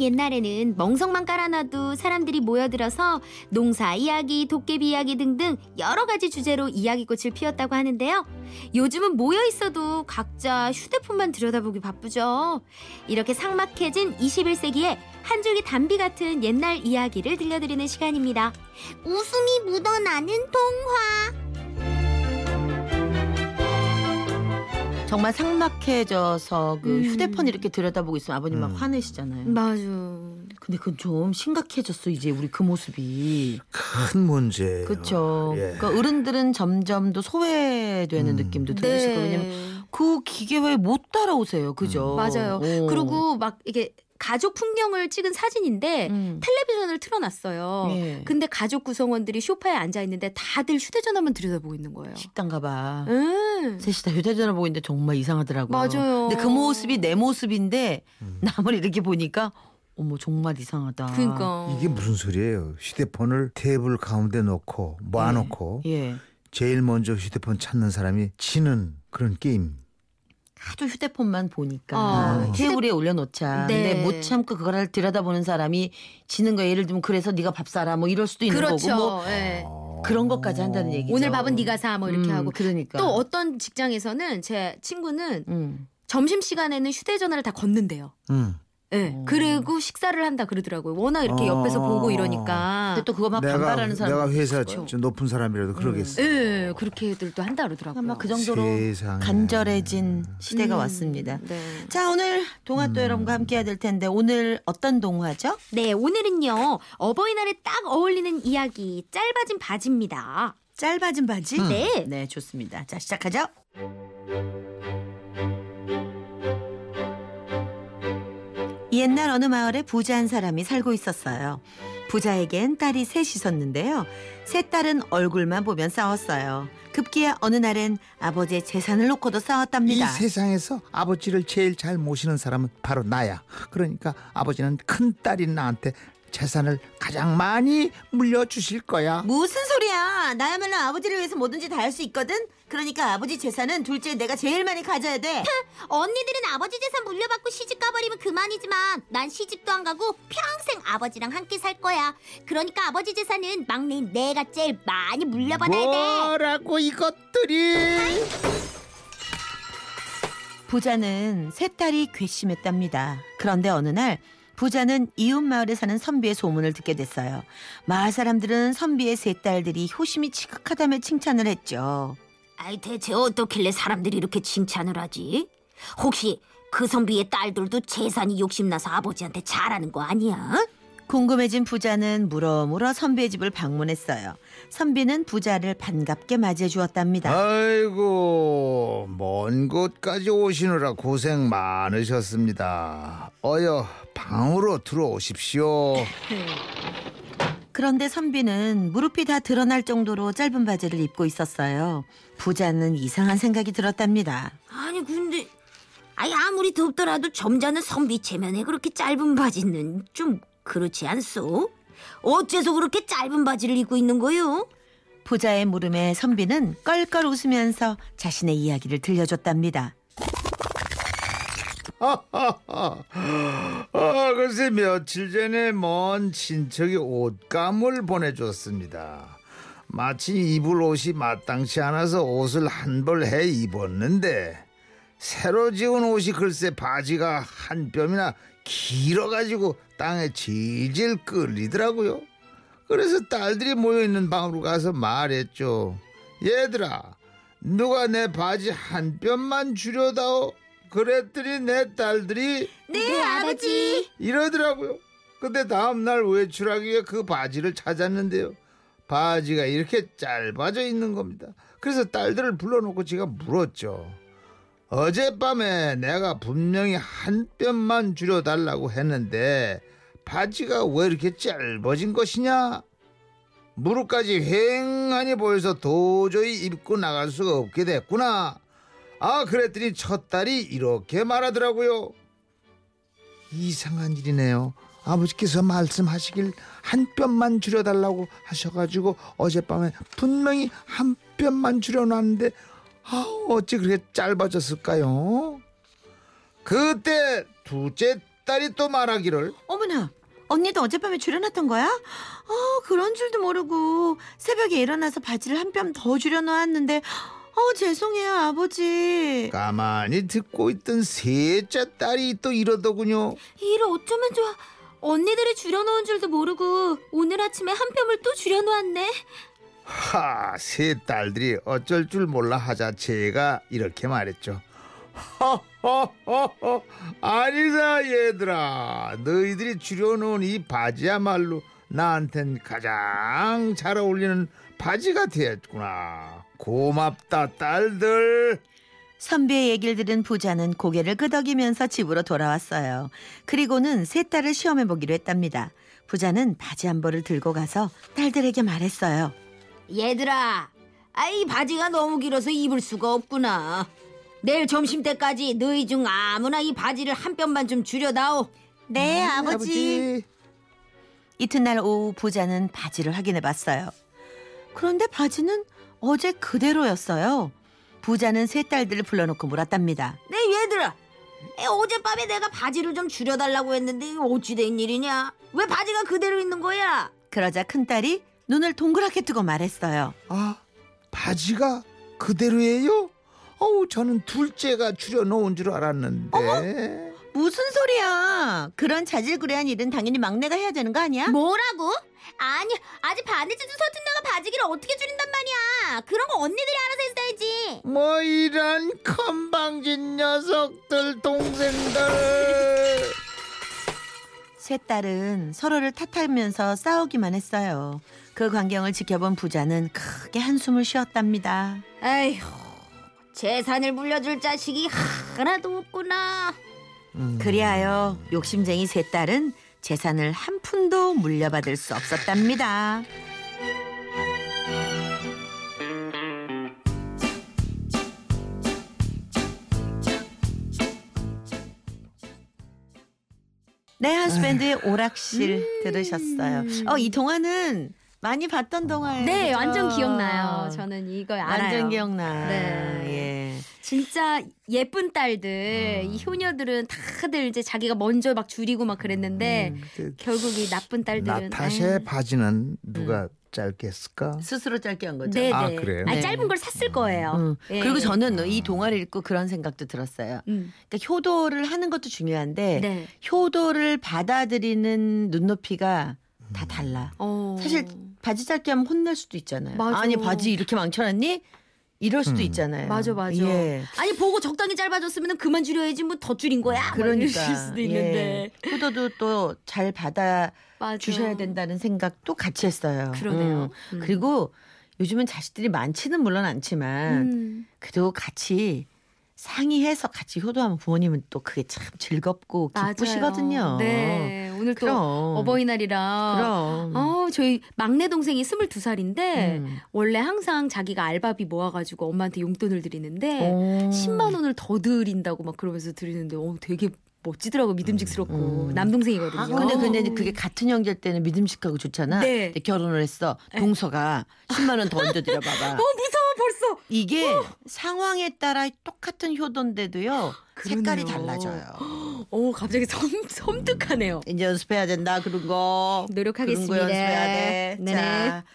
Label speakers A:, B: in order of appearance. A: 옛날에는 멍석만 깔아놔도 사람들이 모여들어서 농사 이야기, 도깨비 이야기 등등 여러 가지 주제로 이야기꽃을 피웠다고 하는데요. 요즘은 모여 있어도 각자 휴대폰만 들여다보기 바쁘죠. 이렇게 삭막해진 21세기에 한 줄기 담비 같은 옛날 이야기를 들려드리는 시간입니다.
B: 웃음이 묻어나는 통화.
C: 정말 삭막해져서 그
A: 음.
C: 휴대폰 이렇게 들여다보고 있으면 아버님 막
D: 음.
C: 화내시잖아요.
A: 맞아.
C: 근데 그건 좀 심각해졌어 이제 우리 그 모습이.
D: 큰 문제예요.
C: 그렇죠.
D: 예.
C: 그러니까 어른들은 점점 더 소외되는
D: 음.
C: 느낌도
A: 네.
C: 들으시고 왜냐면 그 기계에 못 따라오세요. 그죠?
A: 음. 맞아요.
C: 어.
A: 그리고 막 이게 가족 풍경을 찍은 사진인데
C: 음.
A: 텔레비전을 틀어놨어요. 그
C: 예.
A: 근데 가족 구성원들이 소파에 앉아 있는데 다들 휴대전화만 들여다보고 있는 거예요.
C: 식당 가봐.
A: 음.
C: 셋이 다 휴대전화 보고 있는데 정말 이상하더라고요.
A: 맞아요.
C: 근데 그 모습이 내 모습인데
D: 음.
C: 남을 이렇게 보니까 어머 정말 아, 이상하다.
A: 그러니까
D: 이게 무슨 소리예요? 휴대폰을 테이블 가운데 놓고 모아놓고
C: 예.
D: 제일 먼저 휴대폰 찾는 사람이 치는 그런 게임.
C: 하도 휴대폰만 보니까
A: 아,
C: 테이블에 올려놓자.
A: 네.
C: 근데 못 참고 그걸 들여다보는 사람이 지는 거야. 예를 들면 그래서 네가 밥 사라 뭐 이럴 수도 있는
A: 그렇죠.
C: 거고 뭐
A: 예.
D: 어.
C: 그런 것까지 한다는 얘기죠.
A: 오늘 밥은 네가 사 뭐 이렇게
C: 음,
A: 하고
C: 그러니까
A: 또 어떤 직장에서는 제 친구는
C: 음.
A: 점심 시간에는 휴대전화를 다 걷는데요.
D: 음.
A: 예.
C: 어. 아.
A: 그리고 식사를 한다 그러더라고요. 워낙 이렇게 옆에서
D: 어.
A: 보고 이러니까.
C: 근데 또 그거 막 반발하는 사람 음.
D: 내가 회사
C: 있을 거예요.
D: 좀 높은 사람이라도 그러겠어.
A: 예, 그렇게들도 한다 그러더라고요.
C: 아마 그 정도로
D: 세상에.
C: 간절해진 시대가
A: 음.
C: 왔습니다.
A: 네.
C: 자 오늘 동화
D: 음.
C: 또 여러분과 함께해야 될 텐데 오늘 어떤 동화죠?
A: 네, 오늘은요. 어버이날에 딱 어울리는 이야기 짧아진 바지입니다.
C: 짧아진 바지?
A: 네.
C: 네 좋습니다. 자 시작하죠. 옛날 어느 마을에 부자한 사람이 살고 있었어요. 부자에겐 딸이 셋이 있었는데요. 세 딸은 얼굴만 보면 싸웠어요. 급기야 어느 날엔 아버지의 재산을 놓고도
D: 이
C: 싸웠답니다.
D: 세상에서 아버지를 제일 잘 모시는 사람은 바로 나야. 그러니까 아버지는 큰 딸인 나한테 재산을 가장 많이 물려주실 거야.
C: 무슨 소리야? 나야말로 아버지를 위해서 뭐든지 다 할 수 있거든. 그러니까 아버지 재산은 둘째 내가 제일 많이 가져야 돼.
B: 언니들은 아버지 재산 물려받고 시집 가버리면 그만이지만 난 시집도 안 가고 평생 아버지랑 함께 살 거야. 그러니까 아버지 재산은 막내인 내가 제일 많이 물려받아야 돼.
D: 뭐라고 이것들이?
C: 부자는 세 딸이 괘씸했답니다. 그런데 어느 날 부자는 이웃 마을에 사는 선비의 소문을 듣게 됐어요. 마을 사람들은 선비의 세 딸들이 효심이 지극하다며 칭찬을 했죠.
B: 아이 대체 어떻길래 사람들이 이렇게 칭찬을 하지? 혹시 그 선비의 딸들도 재산이 욕심나서 아버지한테 잘하는 거 아니야?
C: 궁금해진 부자는 물어물어 선비의 집을 방문했어요. 선비는 부자를 반갑게 맞이해
D: 아.
C: 주었답니다.
D: 아이고 먼 곳까지 오시느라 고생 많으셨습니다. 어여 방으로 들어오십시오.
C: 그런데 선비는 무릎이 다 드러날 정도로 짧은 바지를 입고 있었어요. 부자는 이상한 생각이 들었답니다.
B: 아니 근데 아이 아무리 덥더라도 점잖은 선비 체면에 그렇게 짧은 바지는 좀 그렇지 않소? 어째서 그렇게 짧은 바지를 입고 있는 거요?
C: 부자의 물음에 선비는 껄껄 웃으면서 자신의 이야기를 들려줬답니다.
D: 아, 글쎄 며칠 전에 먼 친척이 옷감을 보내줬습니다. 마침 입을 옷이 마땅치 않아서 옷을 한 벌 해 입었는데 새로 지은 옷이 글쎄 바지가 한 뼘이나 길어가지고 땅에 질질 끌리더라고요. 그래서 딸들이 모여있는 방으로 가서 말했죠. 얘들아 누가 내 바지 한 뼘만 주려다오. 그랬더니 내 딸들이
B: 네 아버지
D: 이러더라고요. 근데 다음날 외출하기 위해 그 바지를 찾았는데요. 바지가 이렇게 짧아져 있는 겁니다. 그래서 딸들을 불러놓고 제가 물었죠. 어젯밤에 내가 분명히 한 뼘만 줄여달라고 했는데 바지가 왜 이렇게 짧아진 것이냐? 무릎까지 휑하니 보여서 도저히 입고 나갈 수가 없게 됐구나. 아 그랬더니 첫 딸이 이렇게 말하더라고요. 이상한 일이네요. 아버지께서 말씀하시길 한 뼘만 줄여달라고 하셔가지고 어젯밤에 분명히 한 뼘만 줄여놨는데 아 어찌 그렇게 짧아졌을까요? 그때 둘째 딸이 또 말하기를
C: 어머나, 언니도 어젯밤에 줄여놨던 거야? 어, 그런 줄도 모르고 새벽에 일어나서 바지를 한 뼘 더 줄여놓았는데, 어, 죄송해요, 아버지.
D: 가만히 듣고 있던 셋째 딸이 또 이러더군요.
A: 일을 어쩌면 좋아. 언니들이 줄여놓은 줄도 모르고 오늘 아침에 한 뼘을 또 줄여놓았네.
D: 하, 세 딸들이 어쩔 줄 몰라 하자 제가 이렇게 말했죠. 허허허허 아니다 얘들아 너희들이 줄여놓은 이 바지야말로 나한텐 가장 잘 어울리는 바지가 되었구나 고맙다 딸들
C: 선비의 얘기를 들은 부자는 고개를 끄덕이면서 집으로 돌아왔어요. 그리고는 세 딸을 시험해보기로 했답니다. 부자는 바지 한 벌을 들고 가서 딸들에게 말했어요.
B: 얘들아, 아이 바지가 너무 길어서 입을 수가 없구나. 내일 점심 때까지 너희 중 아무나 이 바지를 한 뼘만 좀 줄여다오.
C: 네, 이튿날 오후 부자는 바지를 확인해 봤어요. 그런데 바지는 어제 그대로였어요. 부자는 세 딸들을 불러놓고 물었답니다.
B: 네 얘들아, 에, 어젯밤에 내가 바지를 좀 줄여달라고 했는데 이거 어찌된 일이냐? 왜 바지가 그대로 있는 거야?
C: 그러자 큰딸이 눈을 동그랗게 뜨고 말했어요.
D: 아 바지가 그대로예요? 어우 저는 둘째가 줄여놓은 줄 알았는데
C: 무슨 소리야? 그런 자질구레한 일은 당연히 막내가 해야 되는 거 아니야?
B: 뭐라고? 아니, 아직 반해지도 서툰 내가 바지기를 어떻게 줄인단 말이야? 그런 거 언니들이 알아서 했어야지.
D: 뭐 이런 건방진 녀석들 동생들
C: 세 딸은 서로를 탓하면서 싸우기만 했어요. 그 광경을 지켜본 부자는 크게 한숨을 쉬었답니다.
B: 에휴, 재산을 물려줄 자식이 하나도 없구나.
C: 그리하여 욕심쟁이 세 딸은 재산을 한 푼도 물려받을 수 없었답니다. 네, 하스밴드의 오락실 들으셨어요. 어, 이 동화는 많이 봤던 동화예요.
A: 네,
C: 그죠?
A: 완전 기억나요. 저는 이거 알아요.
C: 완전 기억나.
A: 네.
C: 예.
A: 진짜 예쁜 딸들, 이 효녀들은 다들 이제 자기가 먼저 막 줄이고 막 그랬는데 결국 이 나쁜 딸들은
D: 음. 나타샤의
A: 에이.
D: 바지는 누가 짧게 했을까?
C: 스스로 짧게 한 거죠.
A: 네, 네.
D: 아, 그래요?
A: 아니,
C: 네.
A: 짧은 걸 샀을 거예요.
C: 음.
A: 예.
C: 그리고 저는 이 동화를 읽고 그런 생각도 들었어요.
A: 음.
C: 그러니까 효도를 하는 것도 중요한데
A: 네.
C: 효도를 받아들이는 눈높이가 다 달라.
A: 어.
C: 사실 바지 짧게 하면 혼낼 수도 있잖아요.
A: 맞아.
C: 니 바지 이렇게 망쳐놨니? 이럴 수도
D: 음.
C: 있잖아요.
A: 맞아, 맞아.
C: 예.
A: 아니 보고 적당히 짧아졌으면 그만 줄여야지 뭐 더 줄인 거야? 막 이러실
C: 그러니까
A: 수도 있는데.
C: 예. 효도도 또 잘 받아
A: 맞아.
C: 주셔야 된다는 생각도 같이 했어요.
A: 그러네요.
C: 음.
A: 음.
C: 그리고 요즘은 자식들이 많지는 물론 않지만
A: 음.
C: 그래도 같이 상의해서 같이 효도하면 부모님은 또 그게 참 즐겁고
A: 맞아요.
C: 기쁘시거든요.
A: 네. 오늘 또
C: 그럼.
A: 어버이날이라.
C: 그럼.
A: 어, 네. 저희 막내 동생이 22살인데
C: 음.
A: 원래 항상 자기가 알바비 모아 가지고 엄마한테 용돈을 드리는데
C: 오.
A: 10만 네. 원을 더 드린다고 막 그러면서 드리는데 어 되게 멋지더라고 믿음직스럽고
C: 음.
A: 남동생이거든요.
C: 아, 근데 근데 그게 같은 형제일 때는 믿음직하고 좋잖아.
A: 네.
C: 근데 결혼을 했어. 동서가 10만 원 더 얹어 드려 봐봐.
A: 어 무서워 벌써.
C: 이게 상황에 따라 똑같은 효도인데도요. 색깔이
A: 그러네요.
C: 달라져요.
A: 어 갑자기 섬 섬뜩하네요.
C: 이제 연습해야 된다 그런 거.
A: 노력하겠습니다.
C: 그런 거 어, 연습해야 돼.
A: 네네.
C: 자,